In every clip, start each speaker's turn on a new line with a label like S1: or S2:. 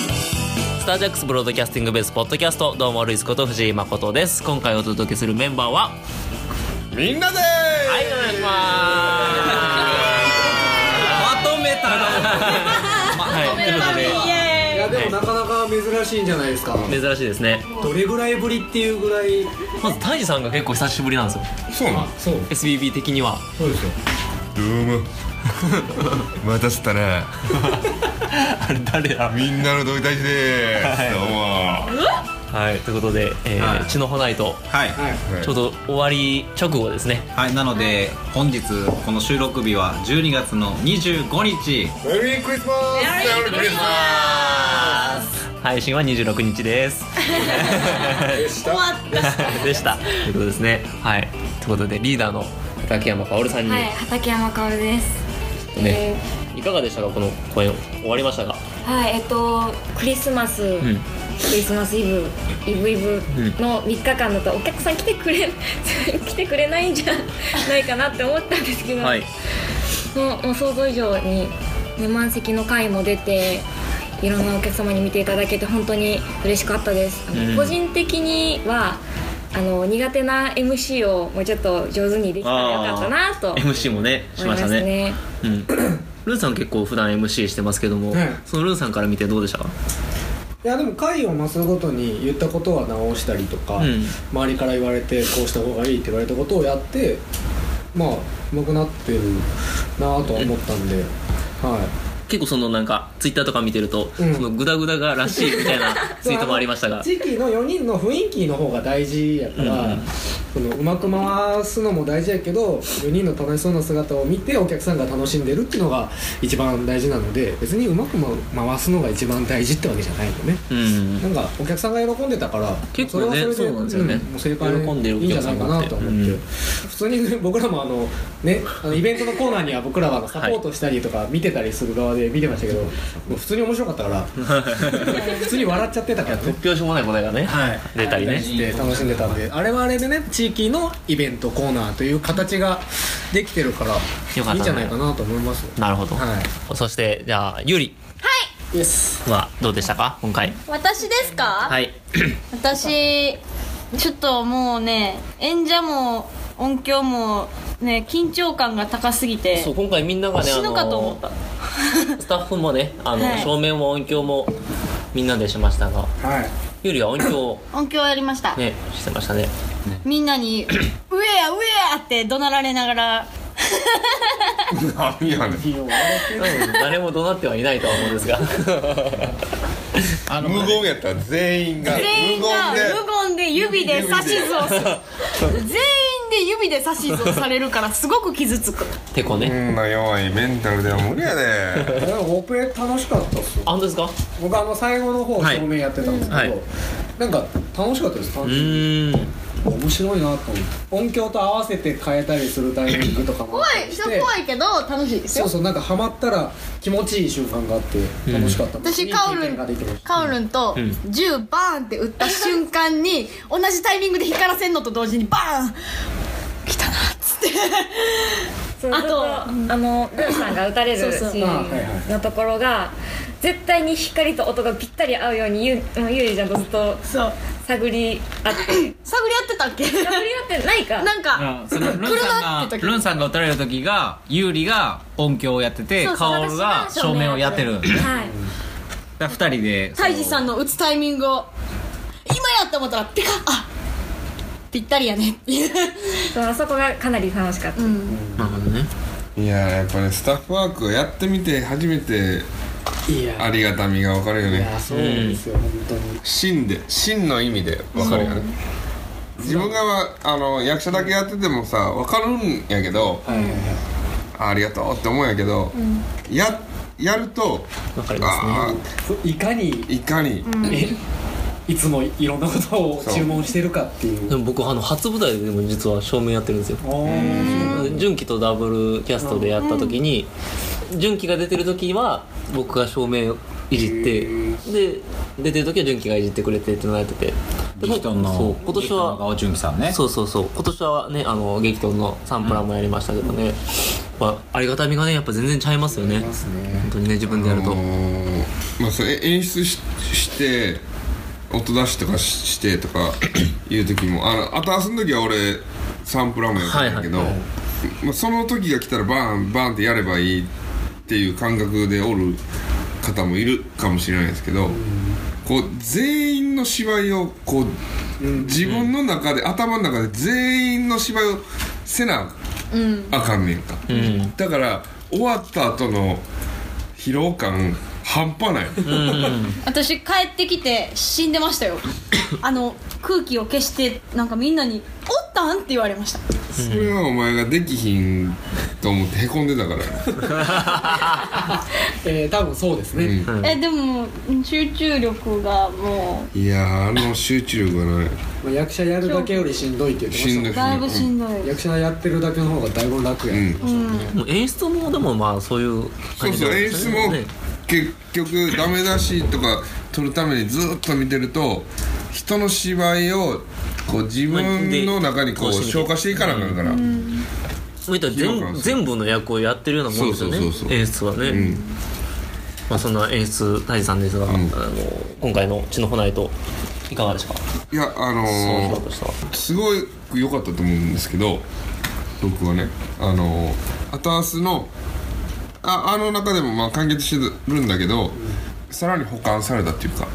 S1: スタージャックスブロードキャスティングベースポッドキャストどうもルイスこと藤井誠です今回お届けするメンバーは
S2: みんなで
S1: はいお願いしますまとめたはいというこ
S3: いやでもなかなか珍しいんじゃないですか
S1: とで珍しいですね
S3: どれぐらいぶりっていうぐらい
S1: まずタイジさんが結構久しぶりなんですよ
S2: そうなん
S3: そう
S1: SBB 的には
S3: そうですよ
S2: どうも 待たせたね
S1: あれ誰だ
S2: みんなの同意大事で
S1: はい
S2: すどうも
S1: はいということで、えー
S4: はい
S1: 血の花いと
S4: はい、
S3: はい
S2: はい
S1: ちょうど終わり直後ですね
S4: はい、なので本日この収録日は12月の25日
S2: メリークリスマスメリークリス
S1: 配信は26日です
S2: マスでした
S1: でした。ということですね。はい。ということでリーダーの竹山薫さんに、
S5: はい、畠山薫です。
S1: ね、いかがでしたかこの公演終わりましたが。
S5: はい、えっと、クリスマス、
S1: ん
S5: クリスマスイブ、イブイブの3日間だと、お客さん 来てくれ、来てくれないんじゃないかなって思ったんですけど、
S1: はい。
S5: もうもう想像以上に、ね、満席の回も出て、いろんなお客様に見ていただけて、本当に嬉しかったです。あの
S1: うん
S5: 個人的にはあの苦手な MC をもうちょっと上手にできたらよかったなと思い
S1: MC もねしま
S5: ま
S1: し
S5: す
S1: たね。
S5: ね
S1: うん。ルーさん結構普段 MC してますけども、
S3: はい
S1: そのルーさんから見てどうでしたか。
S3: いやでも回を増すごとに言ったことは直したりとか、
S1: うん
S3: 周りから言われてこうした方がいいって言われたことをやってまあ上手くなってるなぁとは思ったんで、は
S1: 結構そのなんかツイッターとか見てると、
S3: うん
S1: そのグダグダがらしいみた いな
S3: い
S1: ツイートもありましたが。
S3: 地域の4人の雰囲気の方が大事やから、
S1: うんうん
S3: そのうまく回すのも大事やけど4人の楽しそうな姿を見てお客さんが楽しんでるっていうのが一番大事なので別にうまくま回すのが一番大事ってわけじゃないよね
S1: うん。
S3: なんかお客さんが喜んでたから
S1: 結構ね
S3: それはそれ
S1: そうなんですよね
S3: んもう正解で
S1: 喜んでるお
S3: いいんじ
S1: 客
S3: ゃ
S1: さ
S3: なんい
S1: が
S3: か
S1: あっ
S3: な
S1: て
S3: と思って、
S1: うん
S3: 普通に僕らもあのねあのイベントのコーナーには僕らはあのサポートしたりとか見てたりする側で見てましたけど、もう普通に面白かったから 普通に笑っちゃってたから
S1: 突
S3: ね
S1: 拍子もない答えがね、
S3: はい
S1: 出たりね。
S3: で楽しんでたんであれはあれでね地域のイベントコーナーという形ができてるから
S1: たね
S3: いいんじゃないかなと思いますよ
S1: なるほど。
S3: は
S1: そしてじゃあゆり
S3: いです
S1: はどうでしたか今回。
S6: 私ですか、
S1: はい。
S6: 私ちょっともうね演者も音響もね緊張感が高すぎて
S1: そう今回みんながね
S6: 死ぬ
S1: あ
S6: か
S1: の
S6: と思った
S1: スタッフもねあの、
S6: はい
S1: 照明も音響もみんなでしましたが
S3: はい
S1: ゆりは音響を
S6: 音響やりました、
S1: ねしてましたね
S6: みんなに「上や上や!」って怒鳴られながら
S2: 何やねん
S1: うん誰も怒鳴ってはいないとは思うんですが
S4: あの
S2: 無言やった全員が
S6: 全員が
S2: 無言で
S6: 無言で指で指図をする全員で指で指図をされるからすごく傷つく
S1: てこね
S2: こんな弱いメンタルでは無理や で
S3: 僕楽しかったっすよ
S1: あ本当ですか
S3: 僕あの最後の方
S1: はい
S3: 照明やってたんですけど、
S1: はい
S3: なんか楽しかったです単
S1: う
S3: 純に
S1: ーん
S3: 面白いなと思って音響と合わせて変えたりするタイミングとかもあったりして
S6: いけど楽しいで
S3: そうそうなんかハマったら気持ちいい瞬間があって楽しかった、
S6: 私カオル
S3: いい経験ができま
S6: ン
S3: した
S6: カオルンと銃バーンって撃った瞬間に同じタイミングで光らせんのと同時にバーン来たなっつって
S5: そう
S6: あと
S5: ずっあのルーさんが打たれるシ
S6: そうそう
S5: ーンのところが絶対に光と音がぴったり合うようにゆもうゆりちゃんとずっと
S6: そう
S5: 探り合って探り
S6: 探り合ってたっけ
S5: 合ってないか
S6: なんか
S4: そのルンさんがルンさんが打たれる時がユーリが音響をやってて
S6: そうそう
S4: カオルが照明をやってるんだよね
S5: は
S4: だ
S5: い
S4: から二人で
S6: タイジさんの撃つタイミングを今やって思ったらピカッあぴったりやねっていう
S5: そうあそこがかなり楽しかった、
S1: なるほどね
S2: いややっぱねスタッフワークをやってみて初めて
S3: いや
S2: ありがたみが分かるよ
S3: い
S2: ね
S3: やそうなんですよ、本当に
S2: 真で真の意味で分かるよね自分がわあの役者だけやっててもさ分かるんやけど
S3: はいはいはい
S2: あありがとうって思うんやけど、ややると
S1: わかりま
S2: あ
S3: そういかに
S2: あいかに、
S3: えいつもいろんなことを注文してるかってい
S1: すね
S3: う
S1: でも僕あの初舞台でも実は照明やってるんですよ
S3: おー
S1: 純喜とダブルキャストでやった時に純喜が出てる時は僕が照明をいじってで出てる時は純喜がいじってくれてってなっててで
S4: リヒトン
S1: そう
S4: の
S1: 今年は
S4: 青純喜さんね
S1: そうそうそう今年はねあの激闘のサンプラーもやりましたけどね、まあ、ありがたみがねやっぱ全然ちゃいますよね
S3: ますね
S1: 本当にね自分でやると
S2: あのーまあ、それ演出ししして音出しとかししてとか いう時もあの後遊ん時は俺サンプラーもやったんだけど、
S1: はいはい
S2: まあ、その時が来たらバーンバーンってやればいいっていう感覚でおる方もいるかもしれないですけど、こう全員の芝居をこう、自分の中で頭の中で全員の芝居をせな
S6: うん
S2: あかんねんか、
S1: うん
S2: だから終わった後の疲労感半端ない、
S6: 私帰ってきて死んでましたよあの空気を消してなんかみんなに「おったん?」って言われました
S2: それはお前ができひんと思ってへこんでたからや
S3: えー、多分そうですね、
S2: うん
S6: えでも集中力がも
S2: いやーあの集中力がない
S3: まあ、役者やるだけよりしんどいって言ってま
S2: し
S3: し
S2: ん
S3: た
S2: どい
S6: うだ
S3: もん
S6: いぶしんどい
S3: 役者やってるだけの方がだいぶ楽や、
S2: うん
S1: もう演出もでもまあそういう
S2: そう
S1: 感じ
S2: そう
S1: なん
S2: 演
S1: です
S2: 出
S1: ね
S2: も
S1: ね
S2: 結局ダメ出しとか取るためにずっと見てると人の芝居をこう自分の中にこう
S1: まあで
S2: 消化していかなあかんから、
S1: まあ言ったら
S2: 疲労感
S1: 全
S2: ですね
S1: 全部の役をやってるようなもんですよね
S2: そうそうそうそう
S1: 演出はね、
S2: ん
S1: まあ、そんな演出大地さんですが、あの今回の「血のほないと」いかがでしたか
S2: いや
S1: 総
S2: あの
S1: 評としては
S2: ー、すごく良かったと思うんですけど僕はねあのー、アタアスのああの中でもまあ完結してるんだけど、さらに補完されたっていうか、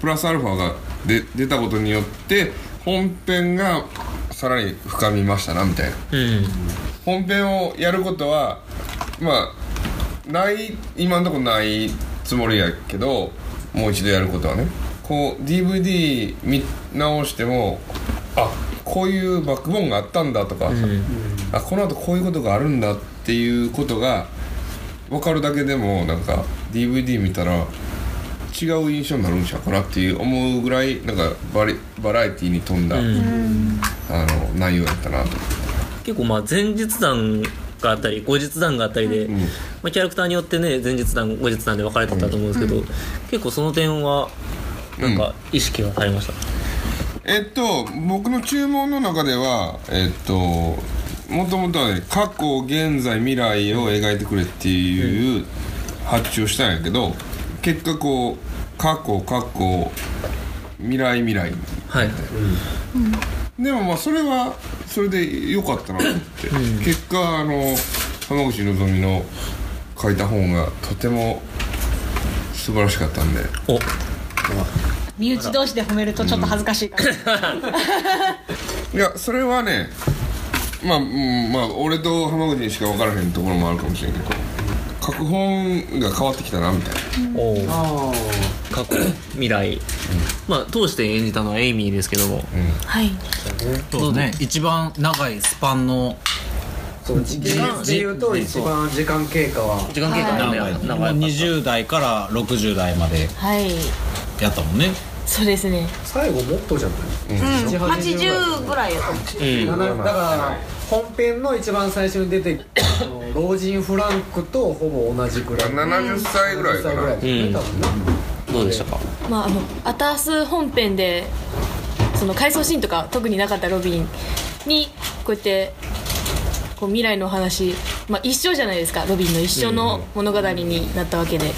S2: プラスアルファがで出たことによって本編がさらに深みましたなみたいな
S1: うん
S2: 本編をやることはまあない今のところないつもりやけどもう一度やることはねこう DVD 見直してもあこういうバックボーンがあったんだとか、あこの後こういうことがあるんだっていうことが分かるだけでもなんか DVD 見たら違う印象になるんちゃうかなっていう思うぐらいなんかバリバラエティに富んだ、あの内容やったなと。
S1: 結構まあ前日談があったり後日談があったりで、まあ、キャラクターによってね前日談後日談で分かれてたと思うんですけど、結構その点はなんか意識がされました、
S2: えっと僕の注文の中ではえっともともとはね過去現在未来を描いてくれっていう発注をしたんやけど結果こう過去過去未来未来
S1: はい
S2: でもまあそれはそれで良かったなと思って、結果あの浜口のぞみの書いた本がとても素晴らしかったんで
S1: お
S6: 身内同士で褒めるとちょっと恥ずかしいから、
S2: いやそれはねまあ、うん、まあ俺と浜口にしか分からへんところもあるかもしれんけど書く本が変わってきたなみたいな
S1: おう
S3: あ
S1: 過去未来、まあ通して演じたのはエイミーですけども、
S6: はい
S4: そうね一番長いスパンの
S3: あそう時
S1: 時間
S3: で言うと一番時間経過は
S1: 時間経過
S4: 長い
S1: ね長かった
S4: 20代から60代まで
S6: はい
S4: やったもんね
S6: そうですね
S3: 最後もっとじゃない
S6: うん
S3: 70
S6: 80ぐらいやと思
S1: うん
S3: だから本編の一番最初に出てあの老人フランクとほぼ同じくらい
S2: 70歳ぐらいか
S3: 70
S2: な
S3: ですね
S1: うん
S3: 多分ね
S1: どうでしたか
S7: うまああのアタース本編でその回想シーンとか特になかったロビンにこうやってこう未来のお話、まあ、一生じゃないですかロビンの一生の物語になったわけで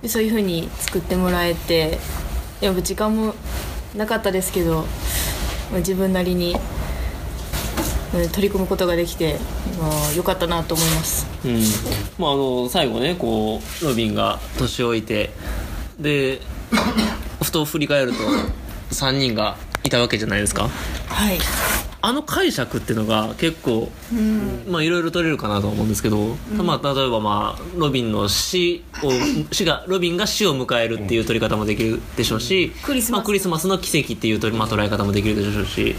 S7: でそういう風に作ってもらえてやっぱ時間もなかったですけど、まあ、自分なりにうん取り組むことができてまあ良かったなと思います。
S1: うんまああの最後ねこうロビンが年老いてでふと振り返ると3人がいたわけじゃないですか
S7: はい
S1: あの解釈っていうのが結構、まあいろいろ取れるかなと思うんですけど、まあ、例えば、まあ、ロビンの死を死がロビンが死を迎えるっていう取り方もできるでしょうし、
S7: クリスマス
S1: まあ、クリスマスの奇跡っていう取り、まあ、捉え方もできるでしょうし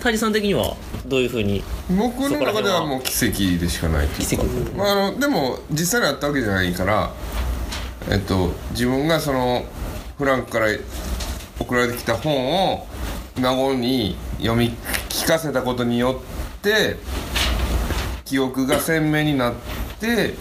S1: タジさん的にはどういうふうに
S2: 僕の中ではもう奇跡でしかないというか
S1: 奇跡
S2: まあ、あのでも実際にあったわけじゃないから、えっと、自分がそのフランクから送られてきた本を孫に読み聞かせたことによって記憶が鮮明になって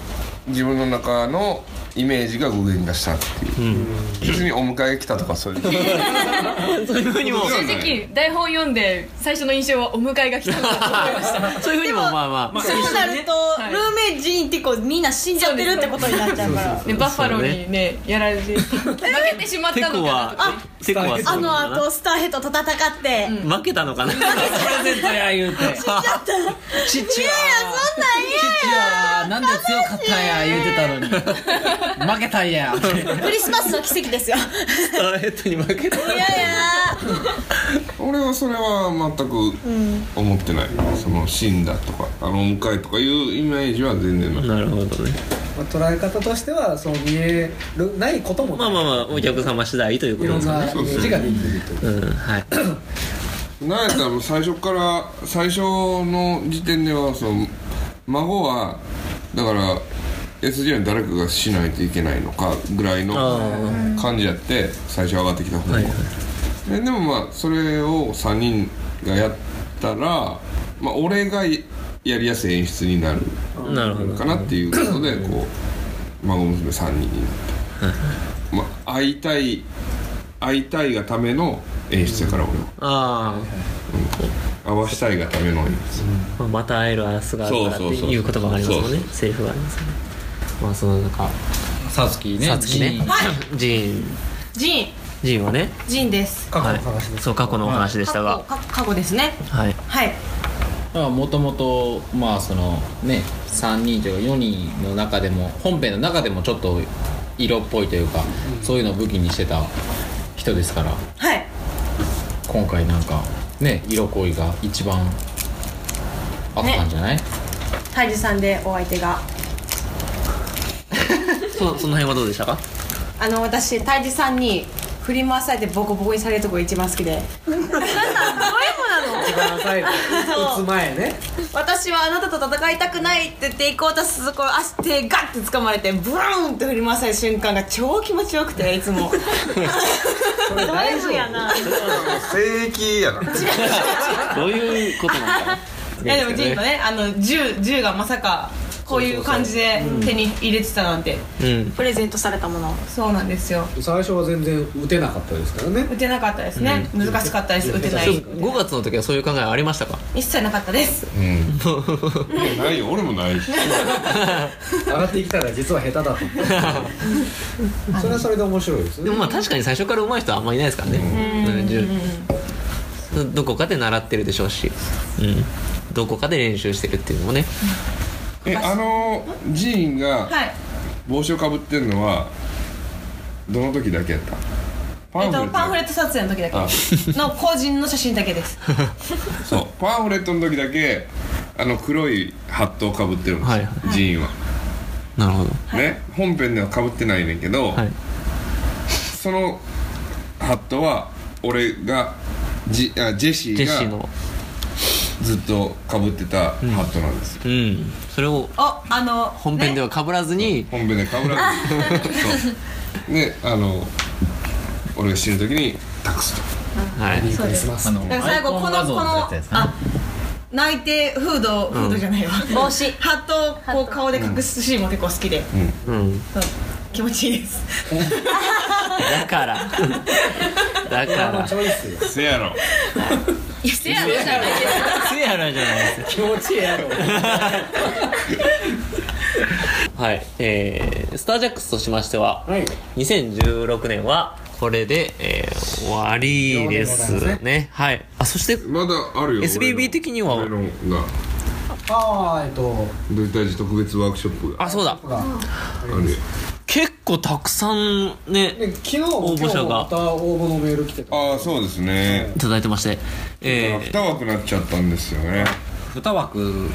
S2: 自分の中のイメージが具現化したっていう別にお迎え来たとかそういう
S1: そういうふうにも
S7: 正直台本読んで最初の印象はお迎えが来たなと思いました
S1: そういうふうにもまあまあ、
S6: そうなると、
S7: い
S6: ルーメイジンってこうみんな死んじゃってるってことになっちゃうから
S7: ね、バッファローにねやられて負けてしまっ
S1: テ
S7: た
S1: コ
S7: のかな
S1: は
S7: とか
S1: テコは
S6: あ
S1: そう
S6: の
S1: な
S6: あ
S1: の
S6: と
S1: か
S6: スターヘッドと戦って、いやいや
S1: な負けたのかなプレゼントや言う て
S8: ちっち
S6: そんなん嫌
S8: ゃなんで強かったんや言うてたのに負けたんや
S6: クリスマスの奇跡ですよ い
S1: スターヘッドに負けた
S6: やいや
S2: 俺はそれは全く思ってない、その死んだとかあのお迎えとかいうイメージは全然ない、
S1: なるほどね
S3: まあ、捉え方としてはそう見えるないことも
S1: まあまあまあお客様次第というこ
S3: い
S1: とで
S3: ろん
S1: すか
S3: な
S1: ね
S3: イメージができるという
S1: うんはい
S2: なんやったらもう最初から最初の時点ではその孫はだから SJ の誰かがしないといけないのかぐらいの
S1: あ
S2: 感じやって最初上がってきた方が、
S1: はいはい
S2: ででもまあそれを3人がやったら、まあ、俺がやりやすい演出になる
S1: なるほど
S2: かなっていうことでこう孫娘3人になって、まあ、会いたい会いたいがための演出やから俺は。
S1: あ
S2: 合わしたいがための演出
S1: あまた会える明日があるからって
S2: そうそうそう
S1: いう言葉がありますもんね
S2: そう
S1: セリフがありますねまあそのなんか
S8: さつきね
S1: さつきね
S8: ジーン
S1: ジーン
S9: ジン
S1: ジーンはね
S9: ジンです
S3: 過去
S1: は
S3: の
S1: い
S3: 話です、
S1: そう過去のお話でした
S9: 過
S1: が
S9: 去過去ですね
S1: はい
S9: はい
S8: まあもともとまあそのね3人というか4人の中でも本編の中でもちょっと色っぽいというか、そういうのを武器にしてた人ですから
S9: はい
S8: 今回なんかね色恋が一番あったんじゃない、
S9: タイジさんでお相手が
S1: そその辺はどうでしたか
S9: あの私タイジさんに振り回されてボコボコにされるとこが一番好き で
S3: 一番 最後 打つ前ね
S9: 私はあなたと戦いたくないって言って行こうとするところ足手ガッて掴まれてブーンって振り回される瞬間が超気持ちよくていつ もそれ大事やな
S2: 聖域やな
S1: どういうことなんだろう
S9: いやでもジンとねあの銃銃がまさかこういう感じで手に入れてたなんて
S1: うん
S6: プレゼントされたもの
S9: そうなんですよ
S3: 最初は全然打てなかったですからね
S9: 打てなかったですね、難しかったです打てない
S1: 5月の時はそういう考えありましたか
S9: 一切なかったです
S2: いやないよ俺もないし
S3: 上がってきたら実は下 手だと思ってそれはそれで面白いです
S1: で
S3: ね
S1: もまあ確かに最初から上手い人はあんまりいないですからねうんじゅうどこかで習ってるでしょうし、うん、どこかで練習してるっていうのもね
S2: えあのジーンが
S9: はい
S2: 帽子をかぶってんのはどの時だけやったパ
S9: え
S2: ンフレ
S9: っと
S2: ット
S9: パンフレット撮影の時だけの個人の写真だけです
S2: そうパンフレットの時だけあの黒いハットをかぶってるんですよ、
S1: はいは
S2: ジーンは、
S1: なるほど
S2: ね本編ではかぶってないねんけど、
S1: はい
S2: そのハットは俺がジあジェシ
S1: ジェ
S2: ー
S1: シー
S2: が
S1: の
S2: ずっとかぶってたハットなんですよ、
S1: うんそれを
S9: おあの
S1: 本編では被らずに、
S2: 本編でかぶらずにそうねあの俺が死ぬ時に託すと
S1: はい
S3: クリスマス
S8: あの
S9: だから最後
S8: アイコ
S9: こ
S8: ン画
S9: の
S8: 像
S9: こ
S8: のや
S9: の
S8: つですね
S9: あ泣いてフードフードじゃないわ、帽子ハットをこう顔で隠すシーンも結構好きで、
S1: うん、
S9: そう気持ちいいです
S1: だからだから
S3: チョイスよ
S2: せやろ
S7: せやろじゃないですか
S1: せやらじゃないです
S3: 気持ちいいやろ
S1: はいえー、スタージャックスとしましては、
S3: はい
S1: 2016年はこれで、えー終わりです
S3: 終わりでござい
S1: ね
S3: ます
S1: はいあそして
S2: まだあるよ
S1: SBB
S2: 俺の
S1: 的には
S2: 俺のが
S3: ああえっと
S2: ドリタージ特別ワークショップが
S1: あそうだ
S3: が
S2: あるよ
S1: 結構たくさんね
S3: で昨日
S1: 応
S3: 応
S1: 募者が
S3: また応募のメール来てた
S2: ああそうですね
S1: いただいてましてえ
S2: 二枠なっちゃったんですよね
S8: 2枠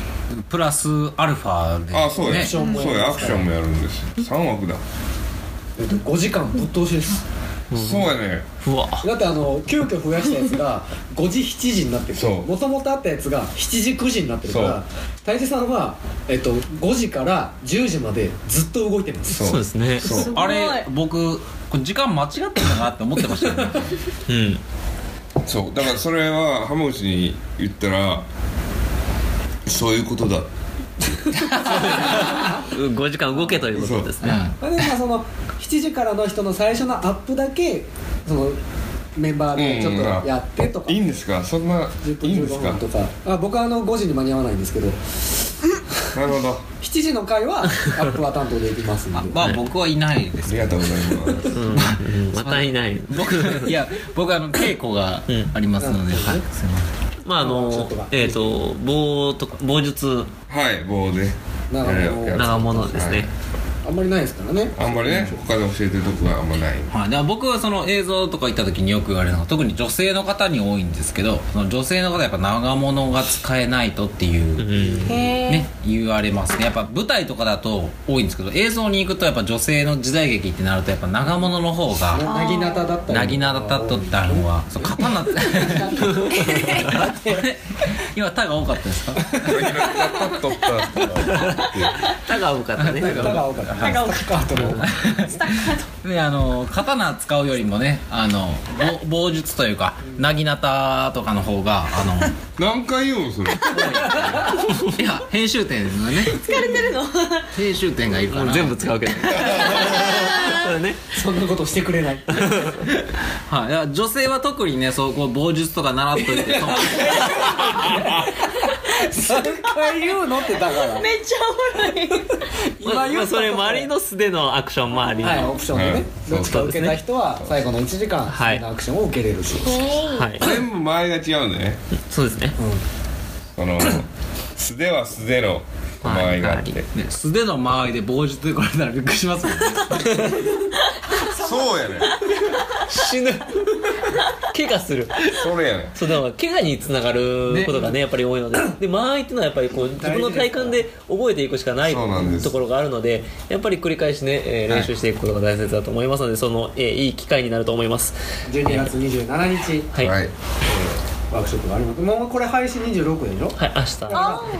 S8: プラスアルファで
S2: ああそうや、
S8: ね
S2: そうやアクションもやるんですよ三枠だ、
S3: えっと5時間ぶっ通しです
S2: そうやね
S1: ー、うわ
S3: だってあの急遽増やしたやつが 5時7時になってる
S2: そう
S3: もともとあったやつが7時9時になってるか
S2: そう
S3: ら大地さんは、えっと、5時から10時までずっと動いてます
S2: そう
S1: そうですね
S2: そう
S8: あれ僕これ時間間違ってんだなって思ってました よね
S1: うん
S2: そうだからそれは浜口に言ったらそういうことだって
S1: 5時間動けということですね
S3: それでまあその7時からの人の最初のアップだけそのメンバーでちょっとやってとか、
S2: いいんですかそんな
S3: 10
S2: い
S3: 分
S2: いんです
S3: 15
S2: か
S3: 分とかあ僕はあの5時に間に合わないんですけど
S2: なるほどあ
S3: 7時の回はアップは担当できますん で
S8: まあ僕はいないです
S2: りがとうございます
S1: うんまたいない
S8: 僕 いや僕あの稽古がありますので、はいすいません
S1: まああ
S3: ちょっ
S1: の
S3: とは
S1: えっと棒とか棒術
S2: はい棒で
S3: 長物
S2: やるやつ
S1: 長物ですね
S3: あんまりないですからね
S2: はいあんまりね他で教えてるとこがあんまない
S8: はい、でも僕はその映像とか行った時によく言われるのが特に女性の方に多いんですけどその女性の方はやっぱ長物が使えないとっていう、ね、言われますねやっぱ舞台とかだと多いんですけど映像に行くとやっぱ女性の時代劇ってなるとやっぱ長物の方が
S3: なぎなただったり
S8: なぎなだったとったのはそう刀って 今「た」が多かったですか
S2: 取った
S1: タが多かったね
S3: たが多かったが多かったの
S8: であの刀使うよりもねあの棒棒術というかなぎなたとかの方があの
S2: 何回言うんそれ
S8: いや編集点のね疲れてるの編集点がいるから
S1: もう全部使うけどそれね
S3: そんなことしてくれ ない
S8: はいいや女性は特にねそうこう棒術とか習っといてそう
S3: 何回言うのってだから
S9: めっちゃ
S1: まあまあそれマリノスでのアクションもあり
S3: は
S1: はいい
S3: オプションで
S2: は
S3: ね
S2: い
S3: どっちか受けた人は最後の1時間
S1: はい
S3: 好きなアクションを受けれるし
S2: 全部周りが違うんだね
S1: そうですね
S2: その素手は素手の間合いがあって、
S1: はい
S8: ね素手の間合いで棒術ってこれたらびっくりしますよね
S2: そうやね
S1: 死ぬ 怪我する
S2: それやね
S1: そうだから怪我につながることがねやっぱり多い のでで間合いっていうのはやっぱりこう自分の体感で覚えていくしかない
S2: そうなんです
S1: ところがあるのでやっぱり繰り返しね、えー練習していくことが大切だと思いますのでその、えーいい機会になると思います
S3: 12月27日
S1: はい、
S2: は
S1: はい
S2: い
S3: ワークショップがありますもうこれ配信26でしょ
S1: 明日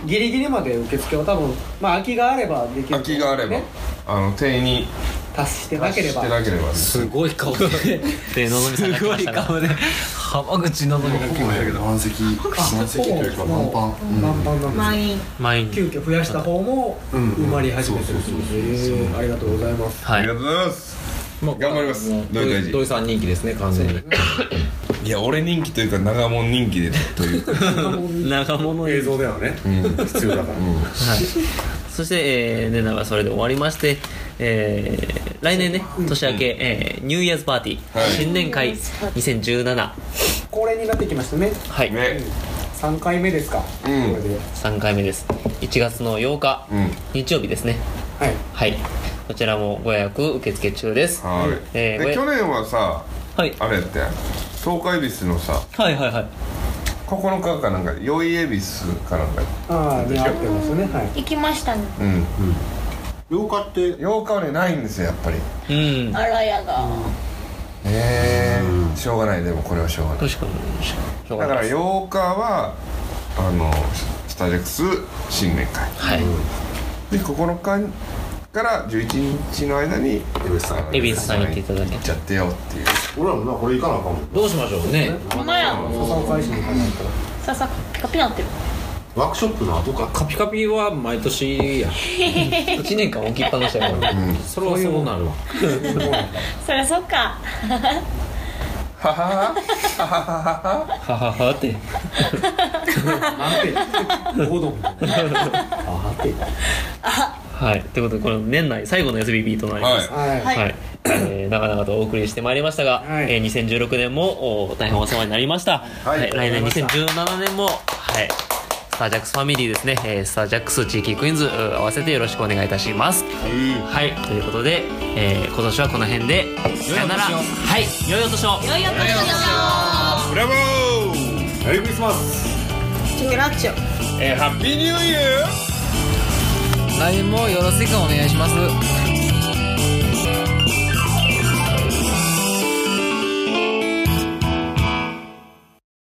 S3: ギリギリまで受付は多分まあ空きがあればできる
S2: 空きがあれば
S3: ね
S2: あの店員に
S3: 達してなければ
S2: してなければ
S8: すごい顔で
S1: でのぞみさんが来
S8: すご
S1: まし
S8: い
S1: たが
S8: 顔で浜口のぞみが来ましたけど
S10: 満席満席というか満
S3: もう満
S10: 帆
S3: 帆なんです
S9: まあいい
S1: 満員
S3: 急遽増やした方も埋まり始めてるしへーありがとうございます
S2: あ
S1: は
S2: り
S1: い
S2: がとうございます
S8: もう
S2: 頑張ります
S8: もう
S2: どういう大事
S8: 土井さん人気ですね完全に
S2: いや俺人気というか長門人気でというか
S1: 長物
S10: 映
S1: 映像
S10: 像ではね必要だから
S1: そして、えー、年内はそれで終わりまして、えー来年ね年明け、えーニューイヤーズパーティー、
S2: はい
S1: 新年会2017
S3: 恒例になってきましたね
S1: はい、
S2: ね
S3: 3回目ですかこ
S2: ん
S3: れで
S1: 3回目です1月の8日、
S2: うん
S1: 日曜日ですね
S3: はい
S1: はいこちらもご予約受付中です
S2: はい、
S1: えーご
S2: で
S1: や
S2: 去年はさ
S1: はい、
S2: あれやったやん東海恵比寿のさ
S1: はいはいはい
S2: 9日かなんか酔い恵比寿かなんか
S3: ああ出会ってますねはい
S6: 行きましたね
S2: うん
S10: 8日って
S2: 8日はねないんですよやっぱり
S1: うん
S6: あらやが
S2: ええしょうがないでもこれはしょうがない
S1: 確かにししょう
S2: だ
S1: が
S2: か
S1: な
S2: ら
S1: いです
S2: 8日はあのスタジェクス新年会
S1: はい
S2: で9日から11日の間に恵比寿さん
S1: 恵比寿さんに行っていただけ
S2: 行っちゃってよっていう
S10: 俺らもなこれ行かなあかんもん
S8: どうしましょうね
S6: ほんまや
S3: 笹岡返しに行かないと
S6: ささピカピカなってる
S10: ワークショップの後か
S8: カピカピは毎年 や
S1: 1年間置きっぱなしやから
S8: それはそうなるわ
S6: そりゃそっか
S2: ははは
S1: はははって
S3: 5度みたいなあーって
S1: はいということでこれ年内最後の SBB となります、
S2: はい
S3: はい
S1: はい、えー、長々とお送りしてまいりましたが、
S3: はい
S1: えー、2016年もお大変お世話になりました、はい
S2: い
S1: 来年2017年も、はい、スタージャックスファミリーですね、えー、スタージャックス地域クイーンズうー合わせてよろしくお願いいたします、はいということで、えー、今年はこの辺でさよならはい良いお年を
S6: よいよこ
S2: ブラボー
S10: メリークリスマス
S9: チョキラッチョ
S2: えーハッピーニューイヤー
S8: 来年もよろしくお願いします